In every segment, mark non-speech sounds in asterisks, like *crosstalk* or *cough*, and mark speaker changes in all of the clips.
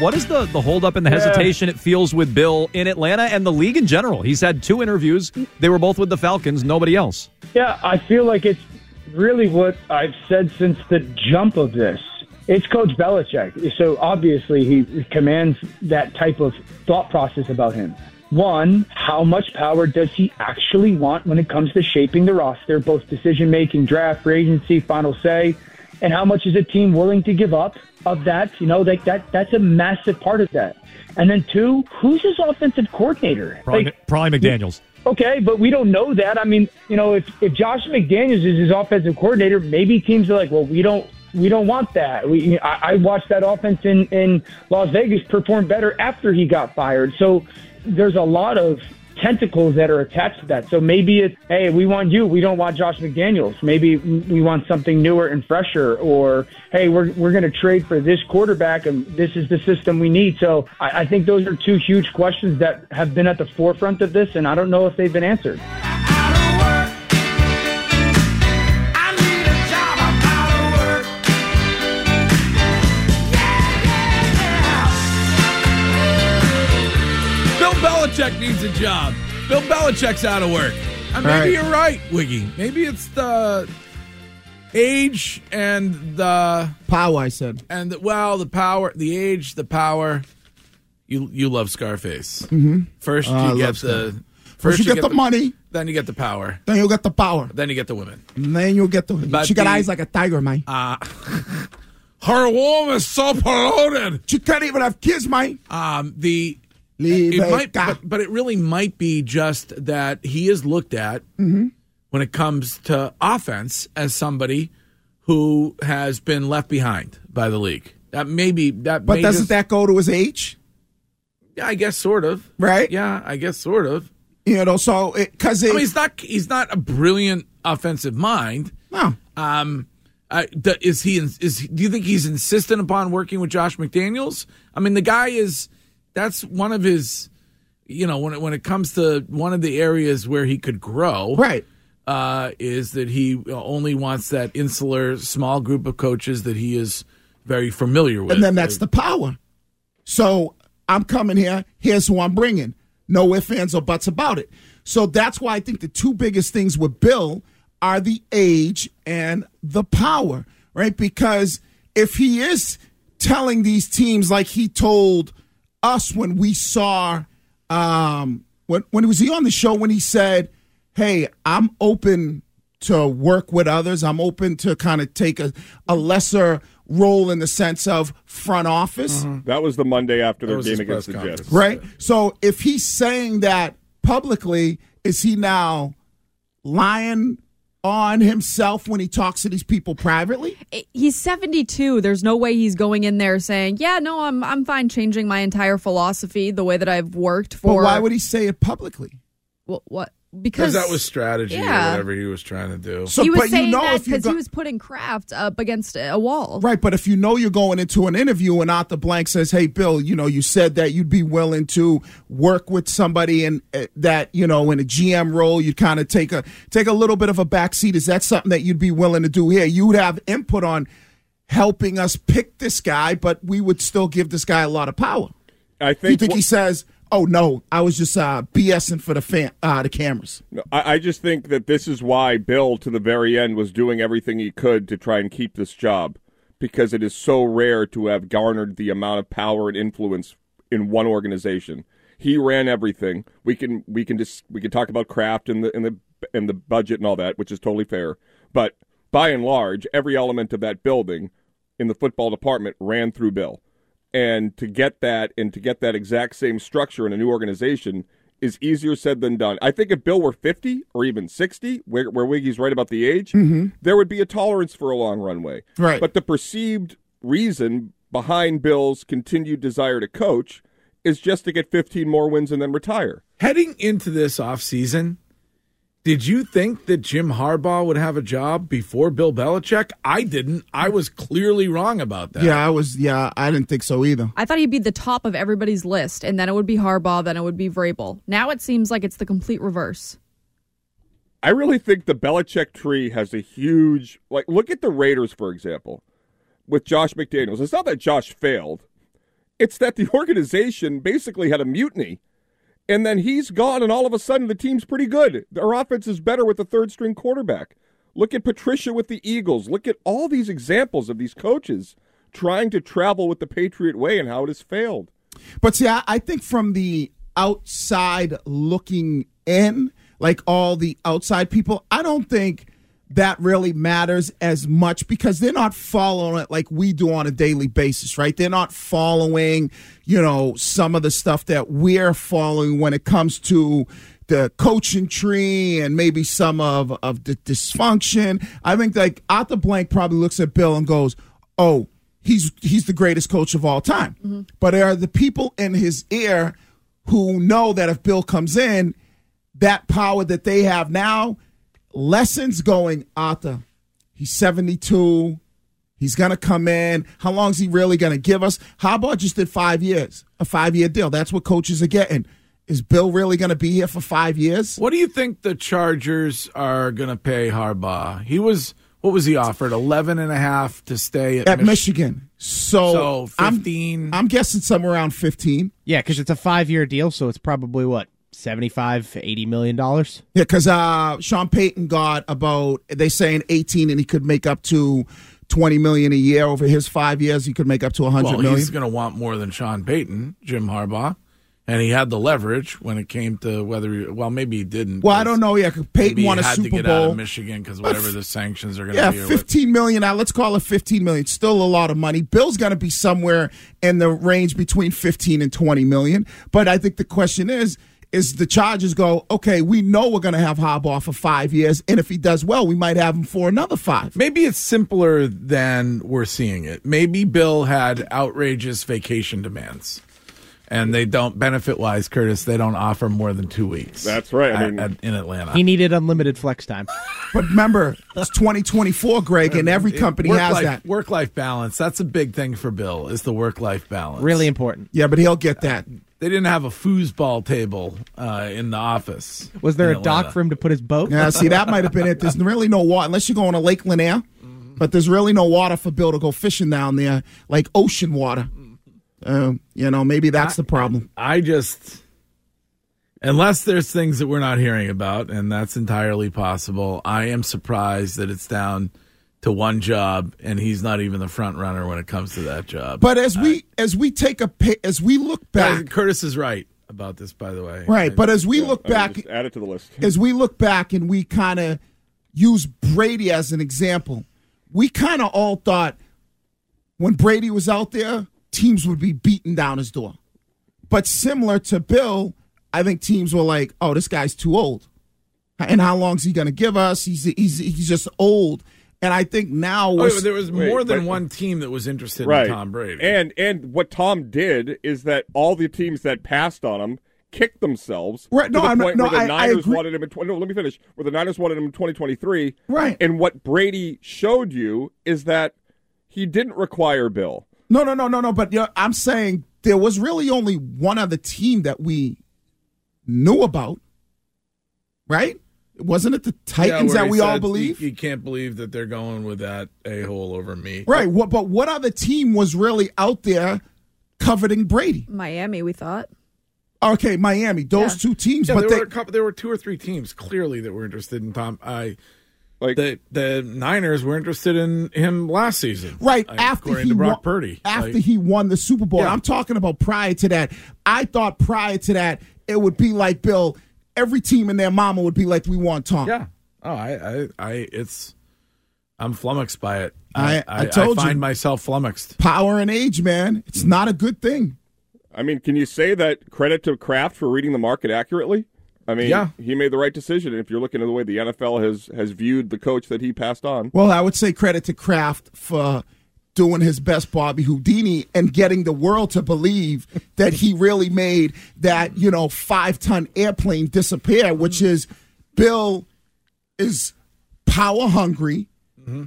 Speaker 1: What is the, the holdup and the hesitation it feels with Bill in Atlanta and the league in general? He's had two interviews. They were both with the Falcons, nobody else.
Speaker 2: Yeah, I feel like it's really what I've said since the jump of this. It's Coach Belichick. So obviously, he commands that type of thought process about him. One, how much power does he actually want when it comes to shaping the roster, both decision making, draft, free agency, final say? and how much is a team willing to give up of that? You know, like that that's a massive part of that. And then two, who's his offensive coordinator?
Speaker 3: Probably,
Speaker 2: Like,
Speaker 3: probably McDaniels.
Speaker 2: okay, but we don't know that. I mean, you know, if if Josh McDaniels is his offensive coordinator, maybe teams are like, well, we don't. We don't want that. We, I, I watched that offense in, in Las Vegas perform better after he got fired. So there's a lot of tentacles that are attached to that. So maybe it's, hey, we want you. We don't want Josh McDaniels. Maybe we want something newer and fresher. Or, hey, we're, we're going to trade for this quarterback and this is the system we need. So I, I think those are two huge questions that have been at the forefront of this, and I don't know if they've been answered.
Speaker 4: Bill Belichick needs a job. Bill Belichick's out of work. Uh, maybe
Speaker 5: right.
Speaker 4: you're right, Wiggy. Maybe it's the age and the
Speaker 5: Pow, I said.
Speaker 4: and the, well, the power, the age, the power. You you love Scarface. Mm-hmm. First you
Speaker 5: Oh, I love
Speaker 4: get the
Speaker 5: Scarface.
Speaker 4: first,
Speaker 5: First you get the money.
Speaker 4: then you get the power,
Speaker 5: Then you'll get the power.
Speaker 4: then you get the women.
Speaker 5: And then you'll get the.
Speaker 4: But
Speaker 5: she got
Speaker 4: the- Ah.
Speaker 5: eyes like a tiger, man.
Speaker 4: Her womb is so polluted.
Speaker 5: she can't even have kids, man.
Speaker 4: Um, the
Speaker 5: Leave
Speaker 4: it
Speaker 5: it
Speaker 4: might,
Speaker 5: go.
Speaker 4: but, but it really might be just that he is looked at
Speaker 5: Mm-hmm.
Speaker 4: when it comes to offense as somebody who has been left behind by the league. That maybe that.
Speaker 5: But
Speaker 4: may
Speaker 5: doesn't
Speaker 4: just-
Speaker 5: that go to his age?
Speaker 4: Yeah, I guess sort of.
Speaker 5: Right?
Speaker 4: Yeah, I guess sort of.
Speaker 5: You know, so because
Speaker 4: I
Speaker 5: it,
Speaker 4: mean, he's not he's not a brilliant offensive mind.
Speaker 5: no,
Speaker 4: Um, I, d- is he? Is do you think he's insistent upon working with Josh McDaniels? I mean, the guy is. That's one of his. You know, when it, when it comes to one of the areas where he could grow,
Speaker 5: right.
Speaker 4: uh, is that he only wants that insular small group of coaches that he is very familiar with.
Speaker 5: And then that's the power. So I'm coming here. Here's who I'm bringing. No ifs, ands, or buts about it. So that's why I think the two biggest things with Bill are the age and the power, right? Because if he is telling these teams like he told us when we saw, um, when when was he on the show when he said, "Hey, I'm open to work with others. I'm open to kind of take a, a lesser role in the sense of front office,
Speaker 6: That was the Monday after
Speaker 4: That
Speaker 6: their
Speaker 4: was
Speaker 6: game
Speaker 4: his
Speaker 6: against
Speaker 4: press
Speaker 6: the
Speaker 4: conference.
Speaker 6: Jets.
Speaker 5: right? So if he's saying that publicly, is he now lying on himself when he talks to these people privately?
Speaker 7: he's 72 there's no way he's going in there saying yeah no i'm i'm fine changing my entire philosophy the way that i've worked
Speaker 5: But
Speaker 7: for
Speaker 5: why would he say it publicly?
Speaker 7: what, what because
Speaker 4: because that was strategy
Speaker 7: Yeah.
Speaker 4: or whatever he was trying to do.
Speaker 5: So,
Speaker 7: he was
Speaker 5: but
Speaker 7: saying
Speaker 5: you know,
Speaker 7: that
Speaker 5: if you
Speaker 7: because
Speaker 5: go-
Speaker 7: he was putting Kraft up against a wall
Speaker 5: Right, but if you know you're going into an interview and out the blank says, "Hey, Bill, you know, you said that you'd be willing to work with somebody and uh, that you know in a GM role, you'd kind of take a take a little bit of a backseat. Is that something that you'd be willing to do here? You'd have input on helping us pick this guy, but we would still give this guy a lot of power.
Speaker 6: I
Speaker 5: Do you
Speaker 6: think,
Speaker 5: think
Speaker 6: wh-
Speaker 5: he says, Oh no, I was just uh, BSing for the fan, uh, the cameras.
Speaker 3: No, I, I just think that this is why Bill, to the very end, was doing everything he could to try and keep this job because it is so rare to have garnered the amount of power and influence in one organization. He ran everything. We can we can just we can talk about craft and the and the and the budget and all that, which is totally fair. But by and large, every element of that building in the football department ran through Bill. And to get that and to get that exact same structure in a new organization is easier said than done. I think if Bill were 50 or even 60, where, where Wiggy's right about the age, there would be a tolerance for a long runway.
Speaker 5: Right.
Speaker 3: But the perceived reason behind Bill's continued desire to coach is just to get 15 more wins and then retire.
Speaker 4: Heading into this offseason, did you think that Jim Harbaugh would have a job before Bill Belichick? I didn't. I was clearly wrong about that.
Speaker 5: Yeah, I was. Yeah, I didn't think so either.
Speaker 7: I thought he'd be the top of everybody's list, and then it would be Harbaugh, then it would be Vrabel. Now it seems like it's the complete reverse.
Speaker 3: I really think the Belichick tree has a huge like look at the Raiders for example with Josh McDaniels. It's not that Josh failed. It's that the organization basically had a mutiny and then he's gone and all of a sudden the team's pretty good. Their offense is better with a third string quarterback. Look at Patricia with the Eagles. Look at all these examples of these coaches trying to travel with the Patriot way and how it has failed.
Speaker 5: But see, I, I think from the outside looking in, like all the outside people, I don't think that really matters as much because they're not following it like we do on a daily basis, right? They're not following, you know, some of the stuff that we're following when it comes to the coaching tree and maybe some of, of the dysfunction. I think like Arthur Blank probably looks at Bill and goes, Oh, he's he's the greatest coach of all time. But there are the people in his ear who know that if Bill comes in, that power that they have now, lessons going, Arthur. He's 72. He's gonna come in. How long's he really gonna give us? Harbaugh just did five years, a five year deal. That's what coaches are getting. Is Bill really gonna be here for five years?
Speaker 4: What do you think the Chargers are going to pay Harbaugh? He was what was he offered? 11 and a half to stay at,
Speaker 5: At
Speaker 4: Mich-
Speaker 5: Michigan. So,
Speaker 4: So,
Speaker 5: I'm-
Speaker 4: 15.
Speaker 5: I'm, guessing somewhere around 15.
Speaker 6: Yeah, because it's a five year deal, so it's probably what, 75, 80 million dollars?
Speaker 5: Yeah, because uh, Sean Payton got about, they saying 18 and he could make up to 20 million a year over his five years. He could make up to 100
Speaker 4: Well,
Speaker 5: million.
Speaker 4: he's going to want more than Sean Payton, Jim Harbaugh, and he had the leverage when it came to whether. He, well, maybe he didn't.
Speaker 5: Well, I
Speaker 4: 'cause
Speaker 5: don't know. Yeah, 'cause Peyton
Speaker 4: Maybe
Speaker 5: won
Speaker 4: he
Speaker 5: a
Speaker 4: had to
Speaker 5: Super
Speaker 4: get out
Speaker 5: Bowl.
Speaker 4: of Michigan because
Speaker 5: But
Speaker 4: whatever the sanctions are going to
Speaker 5: Yeah,
Speaker 4: be. or what-
Speaker 5: fifteen million. Now let's call it fifteen million. Still a lot of money. Bill's going to be somewhere in the range between fifteen and twenty million. But I think the question is: Is the Chargers go? Okay, we know we're going to have Harbaugh for five years, and if he does well, we might have him for another five.
Speaker 4: Maybe it's simpler than we're seeing it. Maybe Bill had outrageous vacation demands, and they don't benefit wise, Curtis. They don't offer more than two weeks.
Speaker 3: That's right. I
Speaker 4: at-
Speaker 3: mean-
Speaker 4: at- in Atlanta,
Speaker 6: He needed unlimited flex time.
Speaker 5: But remember, it's twenty twenty four, Greg, and every company has
Speaker 4: life,
Speaker 5: that.
Speaker 4: Work life balance. That's a big thing for Bill. Is the work life balance
Speaker 6: Really important.
Speaker 5: Yeah, but he'll get that.
Speaker 4: They didn't have a foosball table uh, in the office.
Speaker 6: Was there
Speaker 4: in
Speaker 6: a dock
Speaker 4: Atlanta.
Speaker 6: for him to put his boat?
Speaker 5: Yeah, see, that might have been it. There's really no water unless you're going to Lake Lanier, but there's really no water for Bill to go fishing down there, like ocean water. Um, you know, maybe that's the problem.
Speaker 4: I just, unless there's things that we're not hearing about, and that's entirely possible, I am surprised that it's down to one job and he's not even the front runner when it comes to that job.
Speaker 5: But as we as we take a pa- as we look
Speaker 4: Guys,
Speaker 5: back,
Speaker 4: Curtis is right about this, by the way.
Speaker 5: right? But as we look
Speaker 3: I mean,
Speaker 5: back,
Speaker 3: just add it to the list.
Speaker 5: as we look back, and we kind of use Brady as an example, we kind of all thought when Brady was out there, teams would be beating down his door. But similar to Bill, I think teams were like, "Oh, this guy's too old." And how long's he going to give us? He's, he's he's just old. And I think now
Speaker 4: Oh,
Speaker 5: we're,
Speaker 4: wait, there was
Speaker 3: Wait,
Speaker 4: more than
Speaker 3: but-
Speaker 4: one team that was interested in Tom Brady.
Speaker 3: And and what Tom did is that all the teams that passed on him kicked themselves
Speaker 5: Right,
Speaker 3: to
Speaker 5: no,
Speaker 3: the
Speaker 5: I'm-
Speaker 3: point
Speaker 5: no,
Speaker 3: where the
Speaker 5: I- I
Speaker 3: Niners
Speaker 5: agree-
Speaker 3: wanted him in 20, no, let me finish. Where the Niners wanted him in 2023.
Speaker 5: Right.
Speaker 3: And what Brady showed you is that he didn't require Bill.
Speaker 5: No, no, no, no, no. But you know, I'm saying there was really only one other team that we knew about, right? Wasn't it the
Speaker 4: Yeah,
Speaker 5: Titans
Speaker 4: where
Speaker 5: that
Speaker 4: he
Speaker 5: we all
Speaker 4: said,
Speaker 5: believe?
Speaker 4: You, you can't believe that they're going with that a hole over me.
Speaker 5: right. What, but what other team was really out there coveting Brady?
Speaker 7: Miami, we thought.
Speaker 5: Okay, Miami. Those two teams,
Speaker 4: Yeah,
Speaker 5: but
Speaker 4: there
Speaker 5: they
Speaker 4: were a couple. There were two or three teams clearly that were interested in Tom. I
Speaker 3: Like-
Speaker 4: the the Niners were interested in him last season,
Speaker 5: Right
Speaker 4: Like,
Speaker 5: after
Speaker 4: according
Speaker 5: he
Speaker 4: to Brock
Speaker 5: won,
Speaker 4: Purdy.
Speaker 5: after
Speaker 4: Like,
Speaker 5: he won the Super Bowl.
Speaker 4: Yeah.
Speaker 5: I'm talking about prior to that. I thought prior to that it would be like Bill. Every team and their mama would be like, "We want Tom."
Speaker 4: yeah. Oh, I, I, I, it's. I'm flummoxed by it.
Speaker 5: I- I told you.
Speaker 4: find myself flummoxed.
Speaker 5: Power and age, man. It's not a good thing.
Speaker 3: I mean, can you say that credit to Kraft for reading the market accurately? I mean,
Speaker 4: Yeah.
Speaker 3: he made the right decision. And if you're looking at the way the NFL has has viewed the coach that he passed on,
Speaker 5: Well, I would say credit to Kraft for doing his best Bobby Houdini and getting the world to believe that he really made that, you know, five ton airplane disappear, which is Bill is power hungry.
Speaker 4: Mm-hmm.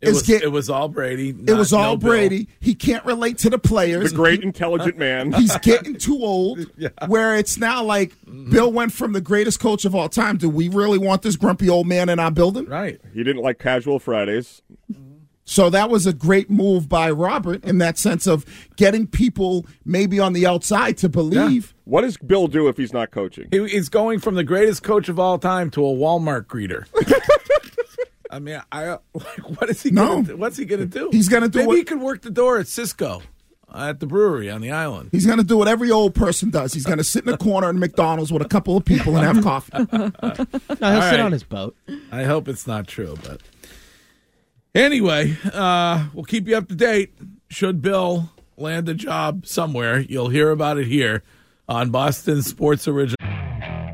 Speaker 4: It
Speaker 5: It's
Speaker 4: was,
Speaker 5: get-
Speaker 4: it was all Brady. Not,
Speaker 5: it was all
Speaker 4: no Bill.
Speaker 5: Brady. He can't relate to the
Speaker 3: the
Speaker 5: players. uh,
Speaker 3: great intelligent man.
Speaker 5: He's getting too
Speaker 3: *laughs*
Speaker 5: old. Where it's now like Bill went from the greatest coach of all time. Do we really want this grumpy old man in our building?
Speaker 4: Right.
Speaker 3: he didn't like casual Fridays.
Speaker 5: So that was a great move by Robert in that sense of getting people maybe on the outside to believe.
Speaker 3: What does Bill do if he's not coaching?
Speaker 4: He, he's going from the greatest coach of all time to a Walmart
Speaker 5: *laughs*
Speaker 4: greeter. I mean, I like, what is he?
Speaker 5: No.
Speaker 4: gonna do? what's he gonna do?
Speaker 5: He's gonna do
Speaker 4: Maybe
Speaker 5: what-
Speaker 4: he could work the door at Cisco, uh, at the brewery on the island.
Speaker 5: He's going to do what every old person does. He's going to sit in a corner in McDonald's with a couple of people and have coffee.
Speaker 6: No, he'll
Speaker 4: All
Speaker 6: sit
Speaker 4: right.
Speaker 6: on his boat.
Speaker 4: I hope it's not true, but anyway, uh, we'll keep you up to date. Should Bill land a job somewhere, you'll hear about it here on Boston Sports Original.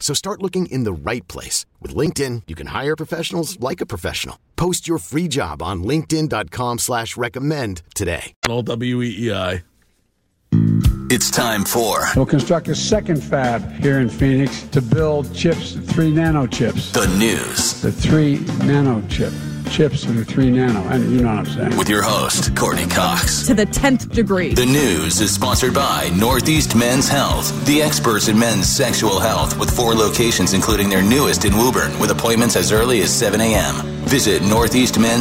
Speaker 8: So start looking in the right place. With LinkedIn, you can hire professionals like a professional. Post your free job on linkedin.com/recommend slash recommend today.
Speaker 4: E WEEI.
Speaker 9: It's time for
Speaker 2: We'll construct a second fab here in Phoenix to build chips, three nano chips,
Speaker 9: the news
Speaker 2: the three nano chip, chips with the three nano, and you know what I'm saying.
Speaker 9: with your host, Courtney Cox.
Speaker 7: to the 10th degree.
Speaker 9: The news is sponsored by Northeast Men's Health, the experts in men's sexual health, with four locations, including their newest in Woburn, with appointments as early as 7 a.m. Visit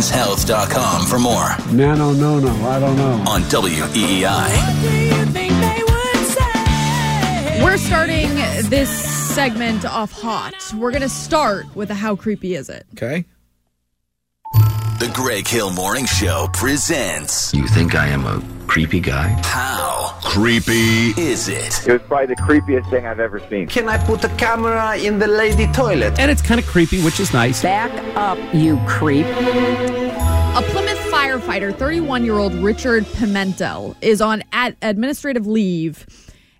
Speaker 9: northeastmenshealth.com for more
Speaker 2: Nano, no, no, I don't know.
Speaker 9: on E WEEI.
Speaker 7: We're starting this segment off hot. We're going to start with a how creepy is it?
Speaker 4: Okay.
Speaker 9: The Greg Hill Morning Show presents
Speaker 8: You think I am a creepy guy?
Speaker 9: How Creepy Is It?
Speaker 2: It was probably the creepiest thing I've ever seen.
Speaker 8: Can I put a camera in the lady toilet?
Speaker 1: And it's kind of creepy, which is nice.
Speaker 10: Back up, you creep.
Speaker 7: A Plymouth firefighter, 31 year old Richard Pimentel, is on ad- administrative leave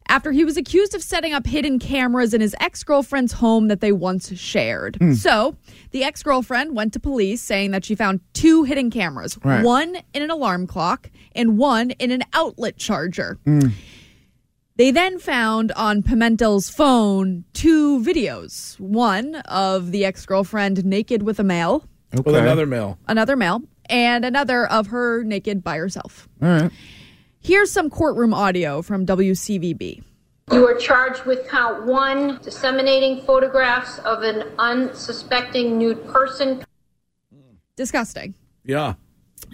Speaker 7: after he was accused of setting up hidden cameras in his ex girlfriend's home that they once shared.
Speaker 5: Hmm.
Speaker 7: So the ex girlfriend went to police saying that she found two hidden cameras
Speaker 5: Right.
Speaker 7: one in an alarm clock and one in an outlet charger. They then found on Pimentel's phone two videos one of the ex girlfriend naked with a male
Speaker 4: With another male.
Speaker 7: another male, and another of her naked by herself. All right. Here's some courtroom audio from WCVB.
Speaker 2: You are charged with count one, disseminating photographs of an unsuspecting nude person.
Speaker 7: Disgusting.
Speaker 4: Yeah.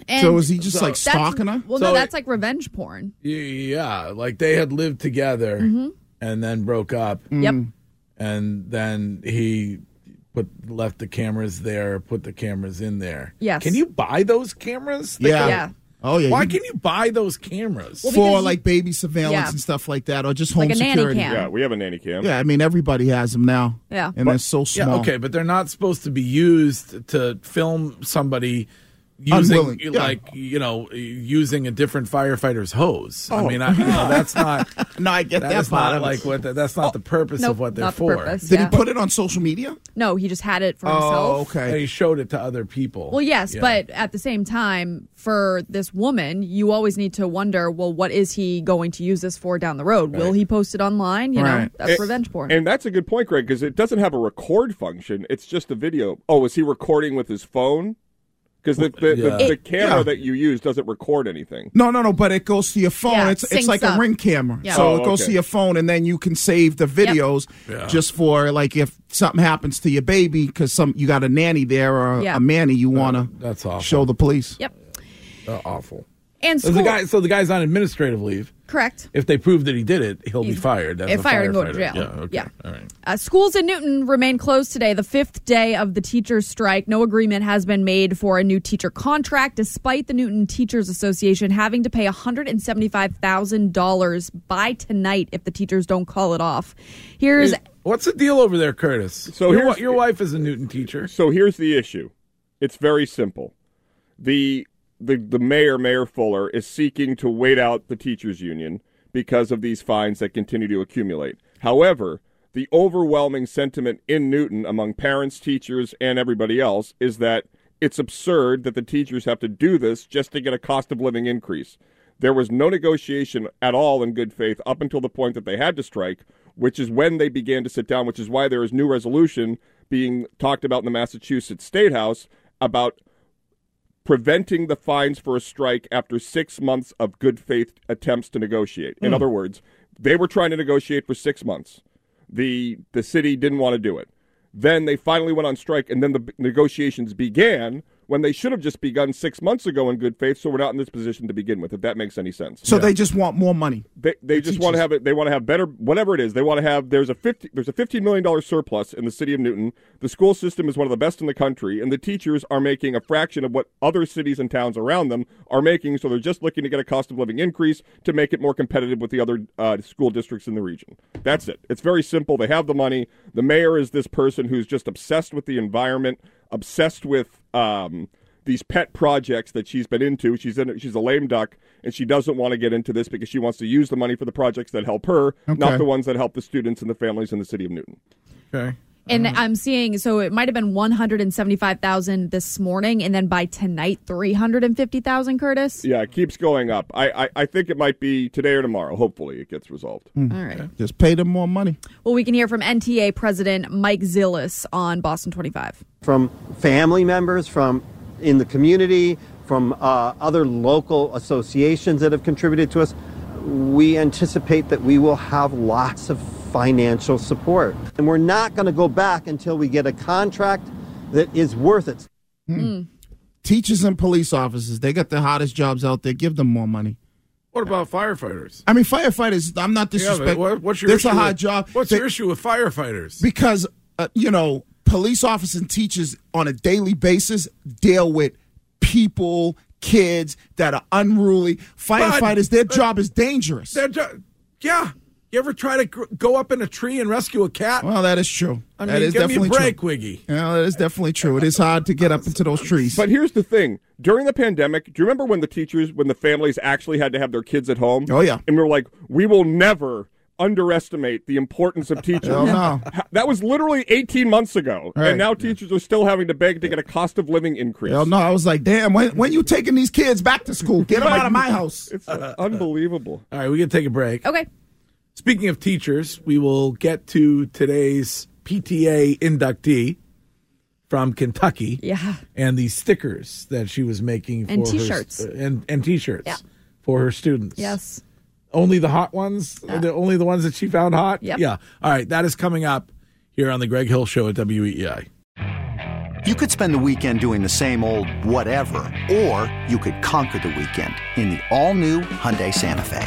Speaker 7: And
Speaker 5: So is he just like
Speaker 7: that's-
Speaker 5: stalking her?
Speaker 7: Well,
Speaker 4: So
Speaker 7: no, that's
Speaker 4: it-
Speaker 7: like revenge porn. Mm-hmm.
Speaker 5: Mm.
Speaker 4: Yeah. Like they had lived together and then broke up.
Speaker 7: Yep.
Speaker 4: and then he put left the cameras there, put the cameras in there.
Speaker 7: Yes.
Speaker 4: Can you buy those cameras? They
Speaker 5: Yeah.
Speaker 4: can-
Speaker 5: Yeah. Oh, yeah,
Speaker 4: Why
Speaker 5: you-
Speaker 4: can you buy those cameras
Speaker 5: Well, For, because- like, baby surveillance Yeah. and stuff like that, or just Like home a nanny security. cam.
Speaker 3: Yeah, we have a nanny cam.
Speaker 5: Yeah, I mean everybody has them now. and they're so
Speaker 4: Yeah,
Speaker 5: small.
Speaker 4: okay, but they're not supposed to be used to film somebody using
Speaker 5: Unwilling, yeah.
Speaker 4: like you know using a different firefighter's hose. I
Speaker 5: Oh.
Speaker 4: mean, I, you know, that's not.
Speaker 5: no, I *laughs* get that
Speaker 4: is
Speaker 5: part
Speaker 4: Not
Speaker 5: of it.
Speaker 4: like what the, that's not the purpose
Speaker 7: Oh. Nope,
Speaker 4: of what they're
Speaker 7: not the
Speaker 4: for.
Speaker 7: purpose, Did he yeah.
Speaker 5: put it on social media? Oh,
Speaker 7: No, he just had it for himself.
Speaker 4: okay. And he showed it to other people.
Speaker 7: Well, yes,
Speaker 4: Yeah.
Speaker 7: but at the same time, for this woman, you always need to wonder, well, what is he going to use this for down the road? Will
Speaker 3: Right.
Speaker 7: he post it online? You know, that's
Speaker 3: And-
Speaker 7: revenge porn.
Speaker 3: And that's a good point, Greg, because it doesn't have a record function. It's just a video. Oh, is he recording with his phone? Because the, the, the,
Speaker 5: Yeah.
Speaker 3: the
Speaker 5: It-
Speaker 3: camera
Speaker 5: yeah.
Speaker 3: that you use doesn't record anything.
Speaker 5: No, no, no. But it goes to your phone. it's it's
Speaker 3: syncs
Speaker 5: like
Speaker 3: up.
Speaker 5: a ring camera,
Speaker 3: Yeah.
Speaker 5: so
Speaker 3: Oh,
Speaker 5: it goes
Speaker 3: okay.
Speaker 5: to your phone, and then you can save the videos
Speaker 3: Yeah.
Speaker 5: just for like if something happens to your baby because some you got a nanny there or
Speaker 7: Yeah.
Speaker 5: a manny you want
Speaker 4: that's
Speaker 5: to
Speaker 4: awful.
Speaker 5: show the police.
Speaker 7: Yep.
Speaker 4: Uh, awful.
Speaker 7: And
Speaker 4: so the
Speaker 7: school-
Speaker 4: guy, so the guy's on administrative leave.
Speaker 7: Correct.
Speaker 4: If they prove that he did it, he'll be fired. As
Speaker 7: If
Speaker 4: a
Speaker 7: fired and go to
Speaker 4: firefighter.
Speaker 7: jail.
Speaker 4: Yeah. Okay.
Speaker 7: Yeah.
Speaker 4: All right.
Speaker 7: Uh, schools in Newton remain closed today, the fifth day of the teachers' strike. No agreement has been made for a new teacher contract, despite the Newton Teachers Association having to pay $175,000 by tonight if the teachers don't call it off. Here's
Speaker 4: Hey, What's the deal over there, Curtis?
Speaker 3: So
Speaker 4: your,
Speaker 3: here's-
Speaker 4: wi- your wife is a Newton teacher.
Speaker 3: So here's the issue. It's very simple. The the the mayor, Mayor Fuller, is seeking to wait out the teachers union because of these fines that continue to accumulate. However, the overwhelming sentiment in Newton among parents, teachers, and everybody else is that it's absurd that the teachers have to do this just to get a cost of living increase. There was no negotiation at all in good faith up until the point that they had to strike, which is when they began to sit down, which is why there is new resolution being talked about in the Massachusetts State House about preventing the fines for a strike after six months of good faith attempts to negotiate. In
Speaker 11: Hmm.
Speaker 3: other words, they were trying to negotiate for six months. The the city didn't want to do it. Then they finally went on strike, and then the b- negotiations began when they should have just begun six months ago in good faith. So we're not in this position to begin with. If that makes any sense.
Speaker 5: So they just want more money.
Speaker 3: They, they just want to have it. They want to have better, whatever it is. They want to have. There's a fifty. There's a fifteen million dollar surplus in the city of Newton. The school system is one of the best in the country, and the teachers are making a fraction of what other cities and towns around them are making. So they're just looking to get a cost of living increase to make it more competitive with the other uh, school districts in the region. That's it. It's very simple. They have the money. The mayor is this person who's just obsessed with the environment, obsessed with. Um, these pet projects that she's been into. She's in, she's a lame duck, and she doesn't want to get into this because she wants to use the money for the projects that help her,
Speaker 5: Okay.
Speaker 3: not the ones that help the students and the families in the city of Newton.
Speaker 4: Okay.
Speaker 7: And I'm seeing, so it might have been 175,000 this morning, and then by tonight, 350,000, Curtis.
Speaker 3: Yeah, it keeps going up. I, I, I think it might be today or tomorrow. Hopefully, it gets resolved.
Speaker 7: All right.
Speaker 5: Mm. Just pay them more money.
Speaker 7: Well, we can hear from NTA President Mike Zillis on Boston 25.
Speaker 12: from family members, from in the community, from uh, other local associations that have contributed to us. We anticipate that we will have lots of financial support. And we're not going to go back until we get a contract that is worth it.
Speaker 5: Teachers and police officers, they got the hottest jobs out there. Give them more money.
Speaker 4: What about firefighters?
Speaker 5: I mean, firefighters. I'm not
Speaker 4: Yeah,
Speaker 5: disrespecting.
Speaker 4: but what- what's your
Speaker 5: That's a
Speaker 4: issue
Speaker 5: hard
Speaker 4: with-
Speaker 5: job.
Speaker 4: What's
Speaker 5: They-
Speaker 4: your issue with firefighters?
Speaker 5: because uh, you know police officers and teachers on a daily basis deal with people kids that are unruly firefighters
Speaker 3: uh,
Speaker 5: their job is dangerous
Speaker 4: They're ju- yeah. You ever try to gr- go up in a tree and rescue a cat?
Speaker 5: well Oh, that is true
Speaker 4: I
Speaker 5: That
Speaker 4: mean,
Speaker 5: is
Speaker 4: give me a
Speaker 5: definitely
Speaker 4: break,
Speaker 5: true
Speaker 4: Wiggy.
Speaker 5: yeah that is definitely true it is hard to get up into those trees
Speaker 3: But here's the thing: during the pandemic, do you remember when the teachers, when the families actually had to have their kids at home?
Speaker 5: Oh, yeah.
Speaker 3: and we were like, we will never underestimate the importance of teachers.
Speaker 5: Hell no.
Speaker 3: Ha- That was literally 18 months ago,
Speaker 5: Right.
Speaker 3: and now teachers are still having to beg to get a cost of living increase.
Speaker 5: Hell no i was like damn when, when you taking these kids back to school get them out of my house
Speaker 3: It's unbelievable.
Speaker 4: All right, we can take a break.
Speaker 7: Okay.
Speaker 4: Speaking of teachers, we will get to today's PTA inductee from Kentucky.
Speaker 7: Yeah.
Speaker 4: And the stickers that she was making for
Speaker 7: And
Speaker 4: her-
Speaker 7: t-shirts.
Speaker 4: uh, and and t-shirts
Speaker 7: Yeah.
Speaker 4: for her students.
Speaker 7: Yes.
Speaker 4: Only the hot ones? The, only the ones that she found hot?
Speaker 7: Yep.
Speaker 4: Yeah. All right, that is coming up here on the Greg Hill Show at E WEEI.
Speaker 13: You could spend the weekend doing the same old whatever, or you could conquer the weekend in the all-new Hyundai Santa Fe.